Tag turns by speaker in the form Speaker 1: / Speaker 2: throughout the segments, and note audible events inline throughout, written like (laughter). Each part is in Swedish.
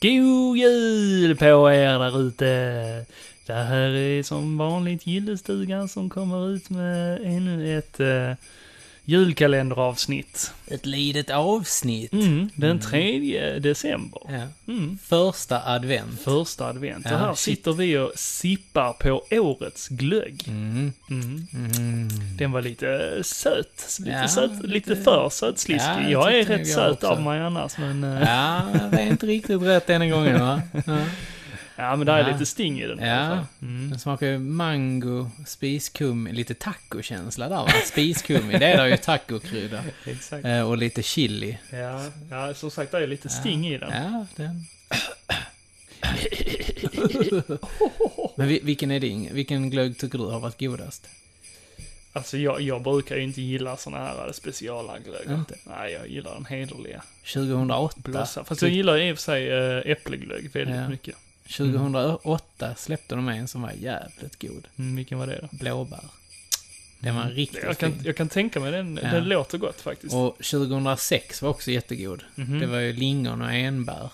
Speaker 1: God jul på er där ute! Det här är som vanligt Gillestugan som kommer ut med ännu ett eh, julkalenderavsnitt.
Speaker 2: Ett litet avsnitt.
Speaker 1: Mm, den 3 december.
Speaker 2: Ja.
Speaker 1: Mm,
Speaker 2: Första advent.
Speaker 1: första advent.
Speaker 2: Ja,
Speaker 1: och här
Speaker 2: shit.
Speaker 1: sitter vi och sippar på årets glögg.
Speaker 2: Mm.
Speaker 1: Mm.
Speaker 2: Mm.
Speaker 1: Den var lite söt. Lite,
Speaker 2: Ja,
Speaker 1: söt, lite,
Speaker 2: lite-
Speaker 1: för sötsliskig.
Speaker 2: Ja, jag
Speaker 1: jag är
Speaker 2: tyckte nog
Speaker 1: rätt
Speaker 2: jag
Speaker 1: söt
Speaker 2: också.
Speaker 1: av mig annars, men... eh,
Speaker 2: Ja, det är inte riktigt rätt denna gången va? Ja.
Speaker 1: Ja, men det är
Speaker 2: Ja.
Speaker 1: lite sting i den. i
Speaker 2: Ja.
Speaker 1: alla fall. Mm.
Speaker 2: Den smakar ju mango, spiskummi, lite tacokänsla där va? Spiskummi, det är där ju tacokrydda.
Speaker 1: Exakt.
Speaker 2: Eh, Och lite chili.
Speaker 1: Ja, ja, som sagt, det är lite sting i den.
Speaker 2: Ja, den. Men vi- vilken är din? Vilken glögg tycker du har varit godast?
Speaker 1: Alltså, jag, jag brukar ju inte gilla såna här speciala glöggar.
Speaker 2: Inte?
Speaker 1: Nej, jag gillar den hederliga.
Speaker 2: 2008.
Speaker 1: Blossa. Fast jag gillar i och för sig äh, äppelglögg väldigt
Speaker 2: Ja.
Speaker 1: mycket.
Speaker 2: 2008 släppte de en som var jävligt god.
Speaker 1: Mm, vilken var det då?
Speaker 2: Blåbär. Den var riktigt
Speaker 1: Mm. Jag kan,
Speaker 2: fin.
Speaker 1: jag kan tänka mig den.
Speaker 2: Ja.
Speaker 1: Den låter gott faktiskt.
Speaker 2: Och 2006 var också jättegod.
Speaker 1: Mhm.
Speaker 2: Det var ju lingon och enbär.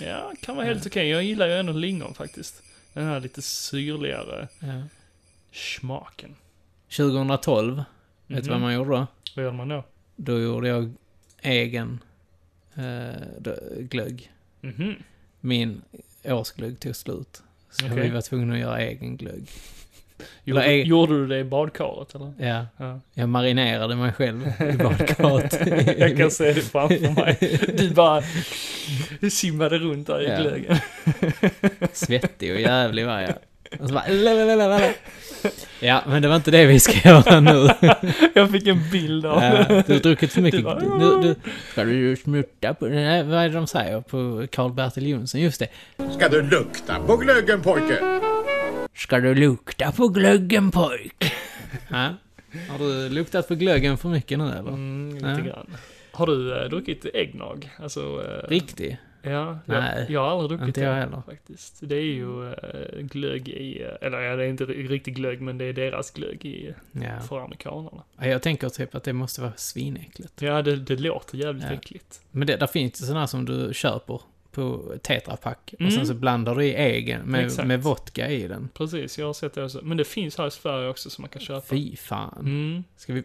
Speaker 1: Ja, kan vara helt okej. Jag gillar ju ändå lingon faktiskt. Den här lite syrligare smaken. Mhm.
Speaker 2: 2012, vet
Speaker 1: Mm-hmm.
Speaker 2: du vad man gjorde då?
Speaker 1: Vad gör man då?
Speaker 2: Då gjorde jag egen eh, d- glögg.
Speaker 1: Mhm.
Speaker 2: Min årsglögg tog slut. Så
Speaker 1: Okej.
Speaker 2: vi var tvungna att göra egen glögg.
Speaker 1: Gjorde,
Speaker 2: Eller är-
Speaker 1: gjorde du det i badkaret eller?
Speaker 2: Ja,
Speaker 1: Ja.
Speaker 2: jag marinerade mig själv i badkaret.
Speaker 1: (laughs) Jag kan se det framför mig. Du bara simmade runt där i
Speaker 2: Ja.
Speaker 1: glöggen. (laughs)
Speaker 2: Svettig och jävlig var jag. Och så bara, lalalala. Ja, men det var inte det vi ska göra nu.
Speaker 1: Jag fick en bild av
Speaker 2: (laughs) Ja, du har druckit för mycket.
Speaker 1: Du bara-
Speaker 2: Du, du, ska du smutta på den här? Vad är det de säger på Karl-Bertil Jonsson? Just det.
Speaker 3: Ska du lukta på glöggen pojke?
Speaker 2: Ska du lukta på glöggen pojk? (laughs) Ja. Har du luktat på glöggen för mycket nu eller?
Speaker 1: Mm, lite
Speaker 2: Ja.
Speaker 1: grann. Har du eh, druckit äggnog? Alltså, eh,
Speaker 2: Riktig?
Speaker 1: ja,
Speaker 2: Nej,
Speaker 1: jag, jag har aldrig druckit
Speaker 2: Inte jag heller.
Speaker 1: det faktiskt. Det är ju eh, glögg i, eh, eller ja, det är inte riktigt glögg, men det är deras glögg i,
Speaker 2: Ja.
Speaker 1: för amerikanerna.
Speaker 2: Ja, Jag tänker typ att det måste vara svinäckligt.
Speaker 1: Ja, det, det låter jävligt
Speaker 2: Ja.
Speaker 1: äckligt.
Speaker 2: Men det, där finns ju sådana här som du köper på Tetra Pak.
Speaker 1: Mm.
Speaker 2: Och sen så blandar du i äggen med,
Speaker 1: Exakt.
Speaker 2: med vodka i den.
Speaker 1: Precis, jag har sett det också. Men det finns här i Sverige också som man kan köpa.
Speaker 2: Fy fan.
Speaker 1: Mm.
Speaker 2: Ska vi,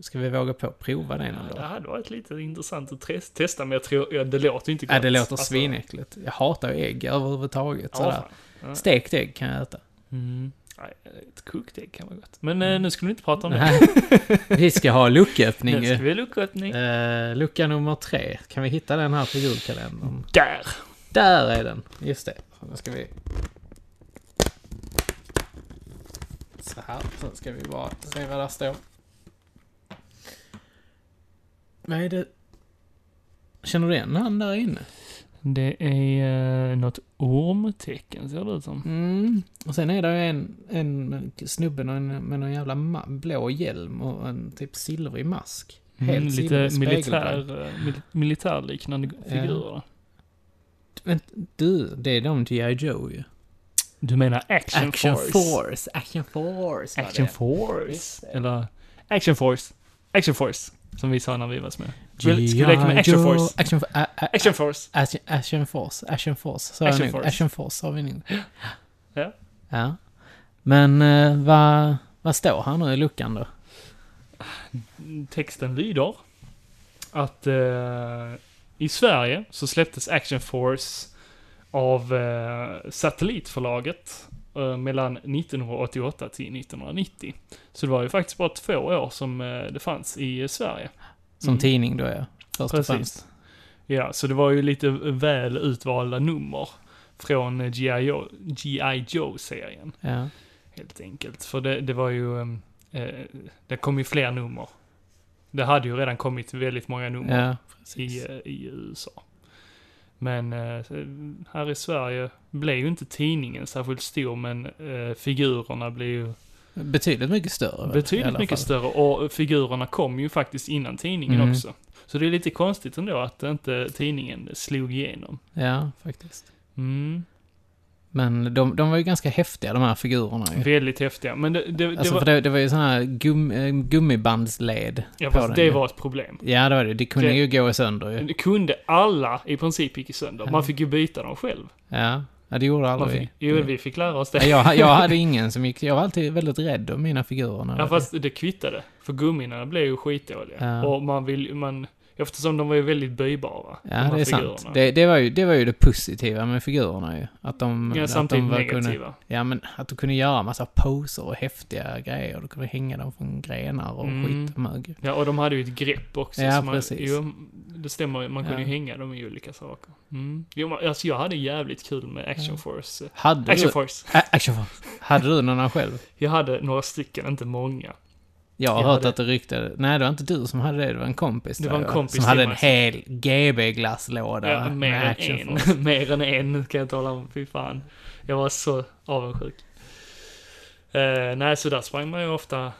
Speaker 2: ska vi våga på att prova det någon
Speaker 1: Ja,
Speaker 2: dag?
Speaker 1: det hade varit lite intressant att tres- testa, men jag tror, ja, det låter ju inte gott.
Speaker 2: Ja, Äh, det låter
Speaker 1: Alltså,
Speaker 2: svinäckligt. Jag hatar ju ägg överhuvudtaget.
Speaker 1: ja,
Speaker 2: sådär.
Speaker 1: fan. Ja.
Speaker 2: Stekt ägg kan jag äta.
Speaker 1: Mm. Nej, ett kokt ägg kan vara gott. Men
Speaker 2: Mm.
Speaker 1: eh, nu skulle vi inte prata om det.
Speaker 2: Nej.
Speaker 1: (laughs)
Speaker 2: vi ska ha lucköppning
Speaker 1: Nu
Speaker 2: ju.
Speaker 1: ska vi ha lucköppning.
Speaker 2: Eh, lucka nummer tre. Kan vi hitta den här på julkalendern?
Speaker 1: Där!
Speaker 2: Där är den! Just det. Så Nu ska vi... Så här. Sen ska vi bara se vad där står. Vad är det? Känner du igen han där inne?
Speaker 1: Det är eh, något ormtecken ser det ut som.
Speaker 2: Mm. Och sen är det ju en, en snubbe med en- med någon jävla ma- blå hjälm och en typ silvrig mask. Helt
Speaker 1: Mm, lite
Speaker 2: silvrig,
Speaker 1: militär,
Speaker 2: spegelblank.
Speaker 1: eh, mil- militärliknande figurer.
Speaker 2: Men du, det är de G.I. Joe ju.
Speaker 1: Du menar Action,
Speaker 2: Action
Speaker 1: Force?
Speaker 2: Force. Action Force var
Speaker 1: Action
Speaker 2: det. Just
Speaker 1: Force?
Speaker 2: det.
Speaker 1: Eller Action Force? Action Force, som vi sa när vi var små. Ska vi-
Speaker 2: G.I.
Speaker 1: ska vi leka med Action
Speaker 2: Joe.
Speaker 1: Force?
Speaker 2: Action, Fo- a, a,
Speaker 1: Action Force!
Speaker 2: action, action Force. Action Force. Sa
Speaker 1: Action
Speaker 2: action, jag
Speaker 1: Force.
Speaker 2: Force. action Force sa vi nog.
Speaker 1: Ja.
Speaker 2: ja. Men eh, vad vad står här nu i luckan då?
Speaker 1: Texten lyder att eh, i Sverige så släpptes Action Force av eh, satellitförlaget eh, mellan 1988 till 1990. Så det var ju faktiskt bara två år som eh, det fanns i eh, Sverige.
Speaker 2: Som
Speaker 1: Mm.
Speaker 2: tidning då ja. Först och
Speaker 1: Precis.
Speaker 2: främst.
Speaker 1: Ja, så det var ju lite väl utvalda nummer från eh, G.I. Joe- G.I. Joe-serien,
Speaker 2: Ja.
Speaker 1: helt enkelt. För det, det var ju... ehm, Eh, det kom ju fler nummer. Det hade ju redan kommit väldigt många nummer
Speaker 2: ja.
Speaker 1: i,
Speaker 2: Precis.
Speaker 1: eh, i USA. Men eh, här i Sverige blev ju inte tidningen särskilt stor, men eh, figurerna blev ju
Speaker 2: Betydligt mycket större. väl, i alla
Speaker 1: betydligt mycket
Speaker 2: fall.
Speaker 1: större. Och figurerna kom ju faktiskt innan tidningen
Speaker 2: Mm.
Speaker 1: också. Så det är lite konstigt ändå att inte tidningen slog igenom.
Speaker 2: Ja, faktiskt.
Speaker 1: Mm.
Speaker 2: Men de, de var ju ganska häftiga de här figurerna ju.
Speaker 1: Väldigt häftiga. Men det, det, det
Speaker 2: alltså
Speaker 1: var,
Speaker 2: för det, det var ju sådana här gum, eh, gummibandsled.
Speaker 1: ja,
Speaker 2: på
Speaker 1: fast
Speaker 2: den
Speaker 1: det
Speaker 2: ju.
Speaker 1: var ett problem.
Speaker 2: Ja, det var det. Det kunde
Speaker 1: Det-
Speaker 2: ju gå sönder ju.
Speaker 1: Det kunde alla i princip gick ju sönder. Man fick ju byta dem själv.
Speaker 2: Ja, ja det gjorde
Speaker 1: Man
Speaker 2: aldrig
Speaker 1: fick,
Speaker 2: vi.
Speaker 1: jo, vi fick lära oss
Speaker 2: Ja,
Speaker 1: det.
Speaker 2: jag, jag hade ingen som gick... Jag var alltid väldigt rädd om mina figurer. när
Speaker 1: (laughs) Ja,
Speaker 2: jag-
Speaker 1: fast det kvittade. För gummina blev ju skitdåliga.
Speaker 2: Ja.
Speaker 1: Och man vill man... Eftersom de var ju väldigt böjbara. de
Speaker 2: ja
Speaker 1: här
Speaker 2: det är sant.
Speaker 1: figurerna.
Speaker 2: Det, det, var ju, det var ju det positiva med figurerna ju. Att de...
Speaker 1: Ja,
Speaker 2: att
Speaker 1: samtidigt
Speaker 2: de var- Kunde,
Speaker 1: negativa.
Speaker 2: ja, men att du kunde göra massa poser och häftiga grejer. Du kunde hänga dem från grenar och
Speaker 1: Mm.
Speaker 2: skit och mög.
Speaker 1: Ja, och de hade ju ett grepp också.
Speaker 2: Ja,
Speaker 1: så man,
Speaker 2: precis.
Speaker 1: Jo, det stämmer ju. Man kunde
Speaker 2: Ja.
Speaker 1: ju hänga dem i olika saker. Mm. Jo, man, alltså jag hade jävligt kul med Action Force.
Speaker 2: Hade
Speaker 1: Action
Speaker 2: du...
Speaker 1: Force.
Speaker 2: Ä- Action Force. Hade du någon här själv?
Speaker 1: Jag hade några stycken, inte många.
Speaker 2: Jag har
Speaker 1: Jag
Speaker 2: hört
Speaker 1: hade-
Speaker 2: att det ryktade... Nej, det var inte du som hade det. Det var en kompis.
Speaker 1: Det
Speaker 2: där,
Speaker 1: var en
Speaker 2: va?
Speaker 1: kompis
Speaker 2: Som hade
Speaker 1: till
Speaker 2: en
Speaker 1: mig.
Speaker 2: hel GB-glasslåda
Speaker 1: Ja, mer,
Speaker 2: med
Speaker 1: än
Speaker 2: Action
Speaker 1: en, (laughs)
Speaker 2: Force.
Speaker 1: mer än en kan jag tala om. Fy fan. Jag var så avundsjuk. Eh, nej, så där sprang man ju ofta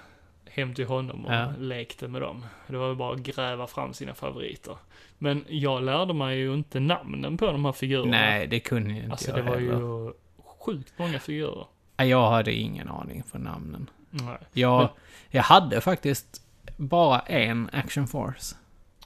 Speaker 1: hem till honom och
Speaker 2: Ja.
Speaker 1: lekte med dem. Det var ju bara att gräva fram sina favoriter. Men jag lärde mig ju inte namnen på de här figurerna.
Speaker 2: Nej, det kunde ju inte
Speaker 1: Alltså
Speaker 2: jag
Speaker 1: det var
Speaker 2: heller.
Speaker 1: ju sjukt många figurer.
Speaker 2: Ja, Jag hade ingen aning för namnen.
Speaker 1: Nej.
Speaker 2: Jag,
Speaker 1: Men-
Speaker 2: jag hade faktiskt bara en Action Force.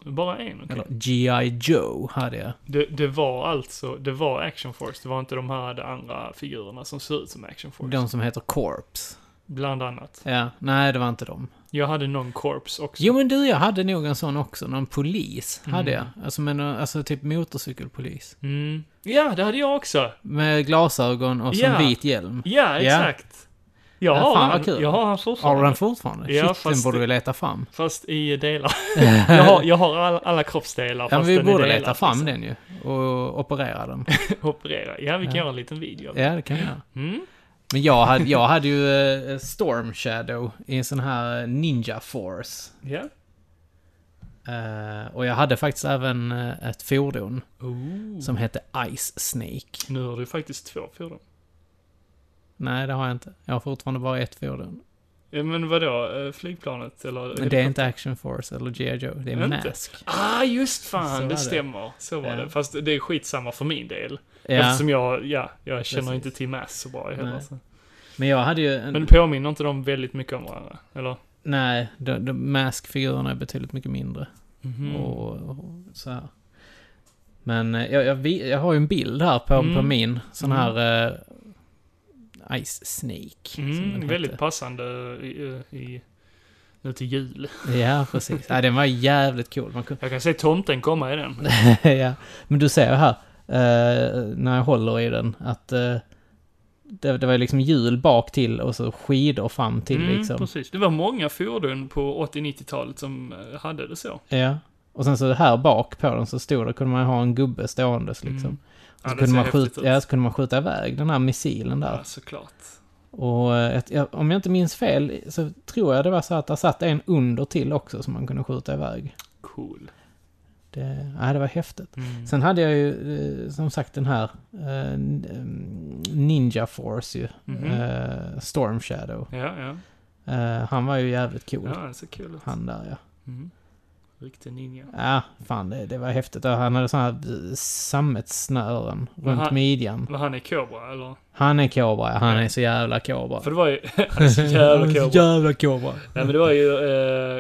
Speaker 1: Bara en? okej.
Speaker 2: Eller G.I. Joe hade jag.
Speaker 1: Det, det var alltså, det var Action Force, det var inte de här de andra figurerna som ser ut som Action Force.
Speaker 2: De som heter Corps.
Speaker 1: Bland annat.
Speaker 2: Ja, nej det var inte dem.
Speaker 1: Jag hade någon Corps också.
Speaker 2: Jo men du, jag hade nog en sån också. Någon polis hade jag. Alltså, men, eh, alltså typ motorcykelpolis.
Speaker 1: Mm. Ja, det hade jag också.
Speaker 2: Med glasögon och som
Speaker 1: Ja.
Speaker 2: vit hjälm.
Speaker 1: Ja, exakt. Jag
Speaker 2: Ja,
Speaker 1: har
Speaker 2: fan, vad
Speaker 1: han,
Speaker 2: kul.
Speaker 1: jag har han
Speaker 2: Har
Speaker 1: fortfarande.
Speaker 2: du den fortfarande?
Speaker 1: Ja,
Speaker 2: Shit, den
Speaker 1: fast
Speaker 2: borde
Speaker 1: det-
Speaker 2: vi leta fram.
Speaker 1: Fast i
Speaker 2: (laughs)
Speaker 1: delar. jag har, jag har all, alla kroppsdelar
Speaker 2: Ja, men
Speaker 1: fast
Speaker 2: vi
Speaker 1: den är
Speaker 2: borde
Speaker 1: delad,
Speaker 2: leta fram
Speaker 1: liksom.
Speaker 2: den ju. Och operera den.
Speaker 1: (laughs) Operera. Ja, vi kan göra en liten video. av det.
Speaker 2: Ja, det kan vi göra.
Speaker 1: Mm.
Speaker 2: Men jag hade, jag hade ju eh, Storm Shadow i en sån här Ninja Force.
Speaker 1: Ja.
Speaker 2: Eh, och jag hade faktiskt även eh, ett fordon
Speaker 1: Ooh.
Speaker 2: som hette Ice Snake.
Speaker 1: Nu har du faktiskt två fordon.
Speaker 2: Nej, det har jag inte. Jag har fortfarande bara ett fordon.
Speaker 1: Ja, Men vadå, eh, flygplanet eller?
Speaker 2: Men det är inte Action Force eller G.I. Joe, det är
Speaker 1: Inte?
Speaker 2: Mask.
Speaker 1: Ah, just fan,
Speaker 2: Så var
Speaker 1: det,
Speaker 2: det.
Speaker 1: stämmer. Så var
Speaker 2: Ja.
Speaker 1: det. Fast det är skitsamma för min del.
Speaker 2: Ja,
Speaker 1: Eftersom jag, ja, jag känner
Speaker 2: Precis.
Speaker 1: inte till Mass så bra heller.
Speaker 2: Nej.
Speaker 1: så.
Speaker 2: men jag hade ju... En,
Speaker 1: Men påminner inte de väldigt mycket om varandra? Eller?
Speaker 2: nej, de, de Mask-figurerna är betydligt mycket mindre.
Speaker 1: Mhm.
Speaker 2: Och, och så här. Men eh, jag, jag, vi- jag har ju en bild här på, på
Speaker 1: Mm.
Speaker 2: min sån
Speaker 1: Mm.
Speaker 2: här eh, Ice Snake. som den
Speaker 1: Mm,
Speaker 2: hette.
Speaker 1: väldigt passande i, i, nu till jul.
Speaker 2: Ja, precis. Ja, den var jävligt cool. Man kunde,
Speaker 1: Jag kan se tomten komma i den.
Speaker 2: ja. Men du ser ju här, eh, när jag håller i den, att eh, det, det var ju liksom hjul bak till och så skidor fram (laughs) till
Speaker 1: Mm,
Speaker 2: liksom.
Speaker 1: precis. Det var många fordon på 80-90-talet som eh, hade det så.
Speaker 2: Ja. Och sen så här bak på den så stod det, kunde man ju ha en gubbe ståendes liksom.
Speaker 1: Mm.
Speaker 2: Och
Speaker 1: Ja,
Speaker 2: så,
Speaker 1: det
Speaker 2: kunde
Speaker 1: ser
Speaker 2: man
Speaker 1: häftigt
Speaker 2: skjuta,
Speaker 1: ut.
Speaker 2: ja, så kunde man skjuta iväg den här missilen där.
Speaker 1: Ja, såklart.
Speaker 2: Och eh, ett- ja, om jag inte minns fel så tror jag det var så att där satt en under till också som man kunde skjuta iväg.
Speaker 1: Cool.
Speaker 2: Det, ja, det var häftigt.
Speaker 1: Mm.
Speaker 2: Sen hade jag ju eh, som sagt den här eh, n- eh, Ninja Force ju.
Speaker 1: Mhm.
Speaker 2: Eh, Storm Shadow.
Speaker 1: Ja, ja.
Speaker 2: Eh, han var ju jävligt cool.
Speaker 1: Ja, det ser kul ut.
Speaker 2: Han där ja.
Speaker 1: Mm. Riktig ninja.
Speaker 2: Ja, fan det, det var häftigt. Och han hade sådana här eh, sammetssnören runt
Speaker 1: han-
Speaker 2: midjan.
Speaker 1: Men han är kobra, eller?
Speaker 2: Han är kobra, ja. han är så jävla kobra.
Speaker 1: För det var ju... (laughs) han är
Speaker 2: (laughs)
Speaker 1: så jävla
Speaker 2: Han är
Speaker 1: kobra.
Speaker 2: så jävla kobra.
Speaker 1: Nej men det var ju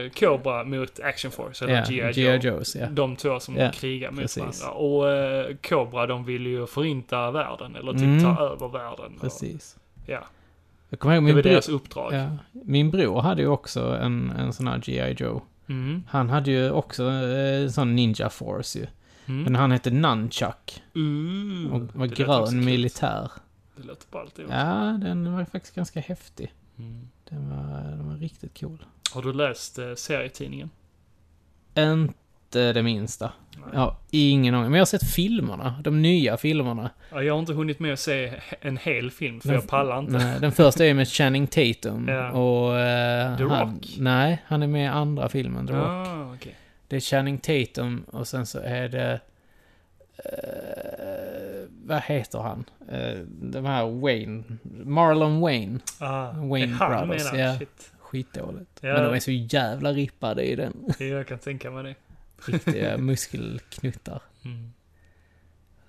Speaker 1: eh, Cobra mot Action Force, eller
Speaker 2: Ja,
Speaker 1: G.I.
Speaker 2: G.I.
Speaker 1: Joe.
Speaker 2: Joes ja.
Speaker 1: De två som
Speaker 2: Ja,
Speaker 1: krigar mot
Speaker 2: precis.
Speaker 1: varandra. Och eh, Cobra, de ville ju förinta världen, eller typ
Speaker 2: Mm.
Speaker 1: ta över världen. Och,
Speaker 2: Precis.
Speaker 1: ja,
Speaker 2: Jag kommer ihåg
Speaker 1: det
Speaker 2: min
Speaker 1: var
Speaker 2: bror,
Speaker 1: deras uppdrag.
Speaker 2: ja, min bror hade ju också en, en sån här G.I. Joe.
Speaker 1: Mm.
Speaker 2: Han hade ju också eh, en sån Ninja Force ju. Men
Speaker 1: Mm.
Speaker 2: han hette Nunchuck
Speaker 1: Uh,
Speaker 2: och var
Speaker 1: det lät också
Speaker 2: grön
Speaker 1: kul.
Speaker 2: militär.
Speaker 1: Det låter ballt det också.
Speaker 2: Ja, den var faktiskt ganska häftig.
Speaker 1: Mm.
Speaker 2: Den var, den var riktigt cool.
Speaker 1: Har du läst eh, serietidningen?
Speaker 2: Inte det minsta.
Speaker 1: Nej.
Speaker 2: Jag har ingen aning. Men jag har sett filmerna. De nya filmerna.
Speaker 1: Ja, jag har inte hunnit med att se he- en hel film, för
Speaker 2: Men-
Speaker 1: jag pallar inte.
Speaker 2: Nej, Eh, den första är med Channing
Speaker 1: (laughs)
Speaker 2: Tatum.
Speaker 1: Ja.
Speaker 2: Och... eh,
Speaker 1: The
Speaker 2: han,
Speaker 1: Rock.
Speaker 2: Nej, han är med i andra filmen. The Rock.
Speaker 1: Ah, okej.
Speaker 2: Det är Channing Tatum och sen så är det... eh, vad heter han? Uh, de här Wayne. Marlon Wayne.
Speaker 1: Ah,
Speaker 2: Wayne
Speaker 1: det är han
Speaker 2: Brothers,
Speaker 1: menar,
Speaker 2: ja.
Speaker 1: Shit.
Speaker 2: Skitdåligt.
Speaker 1: Ja.
Speaker 2: Men de är så jävla rippade i
Speaker 1: (laughs)
Speaker 2: den.
Speaker 1: Ja, Jag kan tänka mig det.
Speaker 2: Riktiga muskelknuttar.
Speaker 1: Mm.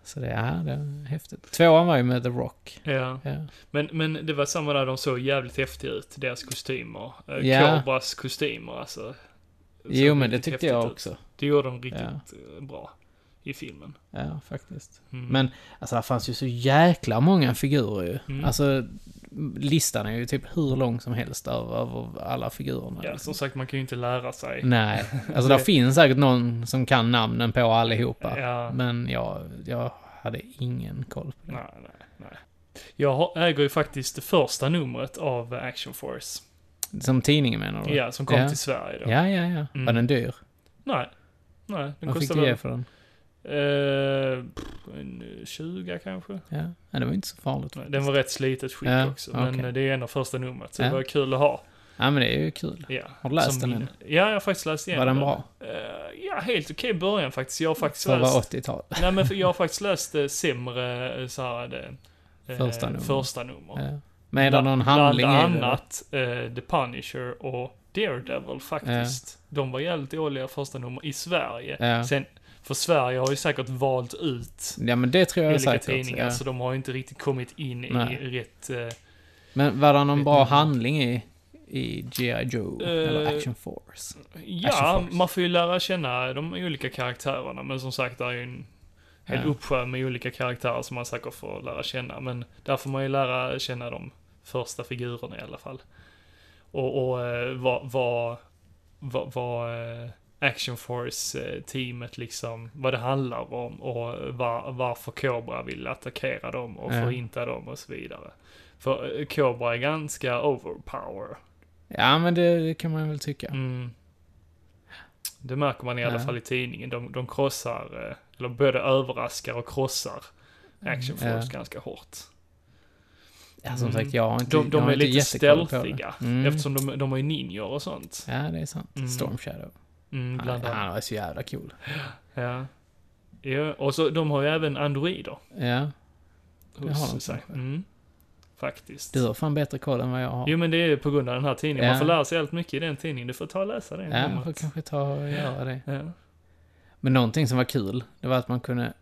Speaker 2: Så det, ja, det är häftigt. Tvåan var ju med The Rock.
Speaker 1: Ja.
Speaker 2: Ja.
Speaker 1: Men, men det var samma där, de såg jävligt häftiga ut, deras kostymer. Eh,
Speaker 2: Ja.
Speaker 1: Kobras kostymer alltså. Såg
Speaker 2: Jo, men det
Speaker 1: riktigt
Speaker 2: tyckte
Speaker 1: häftigt
Speaker 2: jag
Speaker 1: ut.
Speaker 2: också.
Speaker 1: Det gjorde de riktigt eh, bra i filmen.
Speaker 2: Ja, faktiskt.
Speaker 1: Mm.
Speaker 2: Men alltså, det fanns ju så jäkla många figurer ju.
Speaker 1: Mm.
Speaker 2: Alltså, listan är ju typ hur lång som helst över, över alla figurerna.
Speaker 1: ja, som
Speaker 2: liksom.
Speaker 1: sagt, man kan ju inte lära sig.
Speaker 2: Nej, alltså det
Speaker 1: Det-
Speaker 2: finns säkert någon som kan namnen på allihopa.
Speaker 1: Ja.
Speaker 2: Men jag, jag hade ingen koll på det.
Speaker 1: Nej, nej, nej. Jag har- äger ju faktiskt det första numret av Action Force.
Speaker 2: Som tidningen menar du?
Speaker 1: Ja, som kom
Speaker 2: Ja.
Speaker 1: till Sverige då.
Speaker 2: ja, ja. ja.
Speaker 1: Mm.
Speaker 2: Var den dyr?
Speaker 1: Nej. Nej, den
Speaker 2: Vad fick
Speaker 1: kostade
Speaker 2: du ge
Speaker 1: väl...
Speaker 2: för den?
Speaker 1: Eh, pff, en 20 kanske.
Speaker 2: Ja, ja det var inte så farligt.
Speaker 1: Nej, Den var rätt slitet skick
Speaker 2: Ja,
Speaker 1: också,
Speaker 2: okej.
Speaker 1: men eh, det är en av första numret, så
Speaker 2: Ja.
Speaker 1: det var kul att ha.
Speaker 2: Ja, men det är ju kul.
Speaker 1: Ja.
Speaker 2: Har du läst
Speaker 1: Som-
Speaker 2: den än?
Speaker 1: Ja, jag har faktiskt läst igenom
Speaker 2: Var den bra?
Speaker 1: Eh, ja, helt okej i början faktiskt. Jag har faktiskt
Speaker 2: För att vara
Speaker 1: läst...
Speaker 2: 80-tal.
Speaker 1: Nej, men för- jag har faktiskt läst eh, sämre, eh, så här, det, eh,
Speaker 2: Första nummer.
Speaker 1: Första nummer.
Speaker 2: Ja. Men är det någon
Speaker 1: Bland-
Speaker 2: handling
Speaker 1: Bland
Speaker 2: i det? då?
Speaker 1: annat eh, The Punisher och Daredevil faktiskt. De var jävligt dåliga första nummer i Sverige.
Speaker 2: Ja.
Speaker 1: Sen, för Sverige har ju säkert valt ut
Speaker 2: Ja, men det tror jag jag
Speaker 1: olika
Speaker 2: sagt också.
Speaker 1: tidningar, alltså.
Speaker 2: Ja.
Speaker 1: så de har ju inte riktigt kommit in
Speaker 2: Nej.
Speaker 1: i rätt... Eh,
Speaker 2: Men var det någon
Speaker 1: Vet
Speaker 2: bra
Speaker 1: inte.
Speaker 2: handling i, i G.I. Joe?
Speaker 1: Eh,
Speaker 2: eller Action Force? Action
Speaker 1: ja,
Speaker 2: Force.
Speaker 1: man får ju lära känna de olika karaktärerna, men som sagt, det är ju en hel
Speaker 2: Ja.
Speaker 1: uppsjö med olika karaktärer som man säkert får lära känna. Men där får man ju lära känna de första figurerna i alla fall. Och, och eh, vad, vad, vad, vad eh, Action Force-teamet liksom, vad det handlar om och var, varför Cobra vill attackera dem och
Speaker 2: Ja.
Speaker 1: förinta dem och så vidare. För eh, Cobra är ganska overpower.
Speaker 2: Ja, men det kan man väl tycka.
Speaker 1: Mm. Det märker man i alla
Speaker 2: Ja.
Speaker 1: fall i tidningen. De, de krossar, eh, eller både överraskar och krossar Action Force
Speaker 2: Mm.
Speaker 1: ganska hårt.
Speaker 2: Ja, som
Speaker 1: Mm.
Speaker 2: sagt, jag har inte
Speaker 1: De,
Speaker 2: jag
Speaker 1: de
Speaker 2: har
Speaker 1: är
Speaker 2: inte
Speaker 1: lite
Speaker 2: jättekoll på det.
Speaker 1: stealthiga,
Speaker 2: Mm.
Speaker 1: eftersom de, de har ju ninjor och sånt.
Speaker 2: Ja, det är sant.
Speaker 1: Mm.
Speaker 2: Storm Shadow.
Speaker 1: Mm,
Speaker 2: Han,
Speaker 1: bland annat.
Speaker 2: han är så jävla cool.
Speaker 1: Ja. Ja, och så, de har ju även androider
Speaker 2: Ja, Det har de
Speaker 1: hos sig.
Speaker 2: kanske.
Speaker 1: Mm. Faktiskt.
Speaker 2: du har fan bättre koll än vad jag har.
Speaker 1: Jo, men det är på grund av den här tidningen. Man
Speaker 2: Ja.
Speaker 1: får lära sig allt mycket i den tidningen. Du får ta och läsa den.
Speaker 2: ja, jag får kanske ta och göra det.
Speaker 1: ja.
Speaker 2: Men någonting som var kul, det var att man kunde...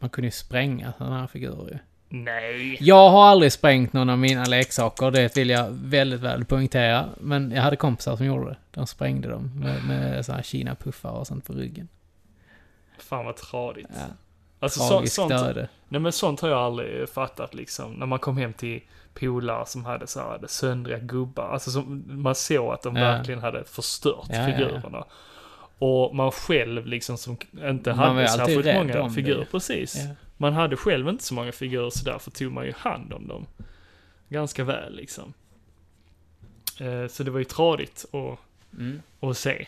Speaker 2: Man kunde ju spränga sådana här figurer ju.
Speaker 1: Nej!
Speaker 2: Jag har aldrig sprängt någon av mina leksaker, det vill jag väldigt väl poängtera. Men jag hade kompisar som gjorde det. De sprängde dem med, med sådana här Kina-puffar och sånt på ryggen.
Speaker 1: Fan vad tradigt.
Speaker 2: Ja,
Speaker 1: alltså, så,
Speaker 2: tragiskt
Speaker 1: sånt,
Speaker 2: döde.
Speaker 1: Nej men sånt har jag aldrig fattat liksom. När man kom hem till polare som hade så här hade söndriga gubbar. Alltså som, man såg att de
Speaker 2: Ja.
Speaker 1: verkligen hade förstört
Speaker 2: Ja, ja, ja.
Speaker 1: figurerna. Och man själv liksom som k- inte
Speaker 2: Man var ju
Speaker 1: hade
Speaker 2: alltid
Speaker 1: särskilt
Speaker 2: rädd
Speaker 1: många
Speaker 2: om det.
Speaker 1: figurer. Precis.
Speaker 2: Ja.
Speaker 1: Man hade själv inte så många figurer så därför tog man ju hand om dem. Ganska väl liksom. Eh, Så det var ju tradigt att,
Speaker 2: Mm.
Speaker 1: att se.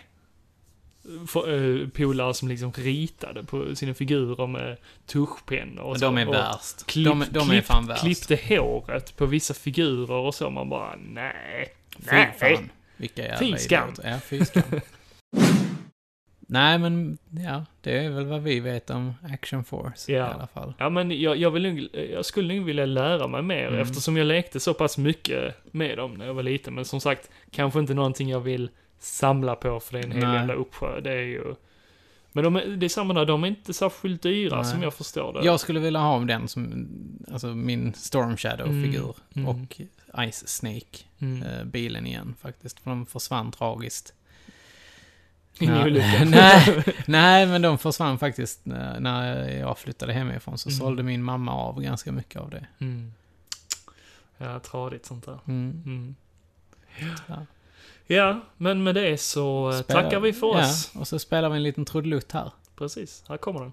Speaker 1: För, eh, Polare som liksom ritade på sina figurer med tuschpennor och
Speaker 2: Och
Speaker 1: så.
Speaker 2: de är
Speaker 1: Och-
Speaker 2: värst.
Speaker 1: Klipp,
Speaker 2: de, de är
Speaker 1: klipp-
Speaker 2: fan värst.
Speaker 1: Klippte håret på vissa figurer och så. Man bara, nej.
Speaker 2: Fy
Speaker 1: Nej.
Speaker 2: fan. Vilka jävla
Speaker 1: Fy skam.
Speaker 2: idioter. Ja, fy skam. Nej, men ja, det är väl vad vi vet om Action Force
Speaker 1: Ja.
Speaker 2: i alla fall.
Speaker 1: Ja, men jag, jag, vill, nog- jag skulle nog vilja lära mig mer
Speaker 2: Mm.
Speaker 1: eftersom jag lekte så pass mycket med dem när jag var liten. Men som sagt, kanske inte någonting jag vill samla på för det är en hel
Speaker 2: Nej.
Speaker 1: jävla uppsjö. Det är ju... Men de, är- det är samma där, de är inte särskilt dyra
Speaker 2: Nej.
Speaker 1: som jag förstår det.
Speaker 2: Jag skulle vilja ha den som, alltså min Storm Shadow-figur
Speaker 1: Mm, mm.
Speaker 2: och Ice Snake,
Speaker 1: Mm.
Speaker 2: eh, bilen igen faktiskt, för de försvann tragiskt.
Speaker 1: In (laughs) i
Speaker 2: Nej.
Speaker 1: olyckan.
Speaker 2: (laughs) Nej. Nej, men de försvann faktiskt när när jag flyttade hemifrån, så
Speaker 1: Mm.
Speaker 2: sålde min mamma av ganska mycket av det.
Speaker 1: (laughs) Mm. Ja, tradigt sånt där.
Speaker 2: Mm.
Speaker 1: Mm.
Speaker 2: Ja.
Speaker 1: Ja, men med det så eh,
Speaker 2: Spelar-
Speaker 1: tackar vi för oss.
Speaker 2: Ja, och så spelar vi en liten trudelutt här.
Speaker 1: Precis, här kommer den.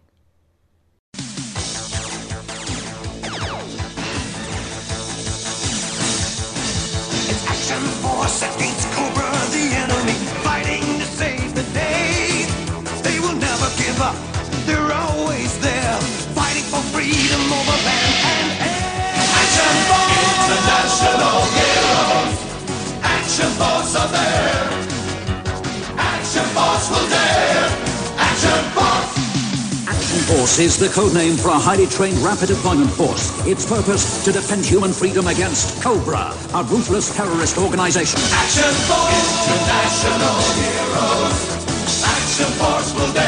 Speaker 4: It's Action Force against Cobra the enemy, fighting to save the day. They will never give up, they're always there, fighting for freedom over man and air. Action Force! International heroes! Action Force are there! Action Force will dare! Action Force!
Speaker 5: Action Force is the code name for a highly trained rapid deployment force. Its purpose to defend human freedom against Cobra, a ruthless terrorist organization.
Speaker 4: Action Force! International heroes! Action Force will dare!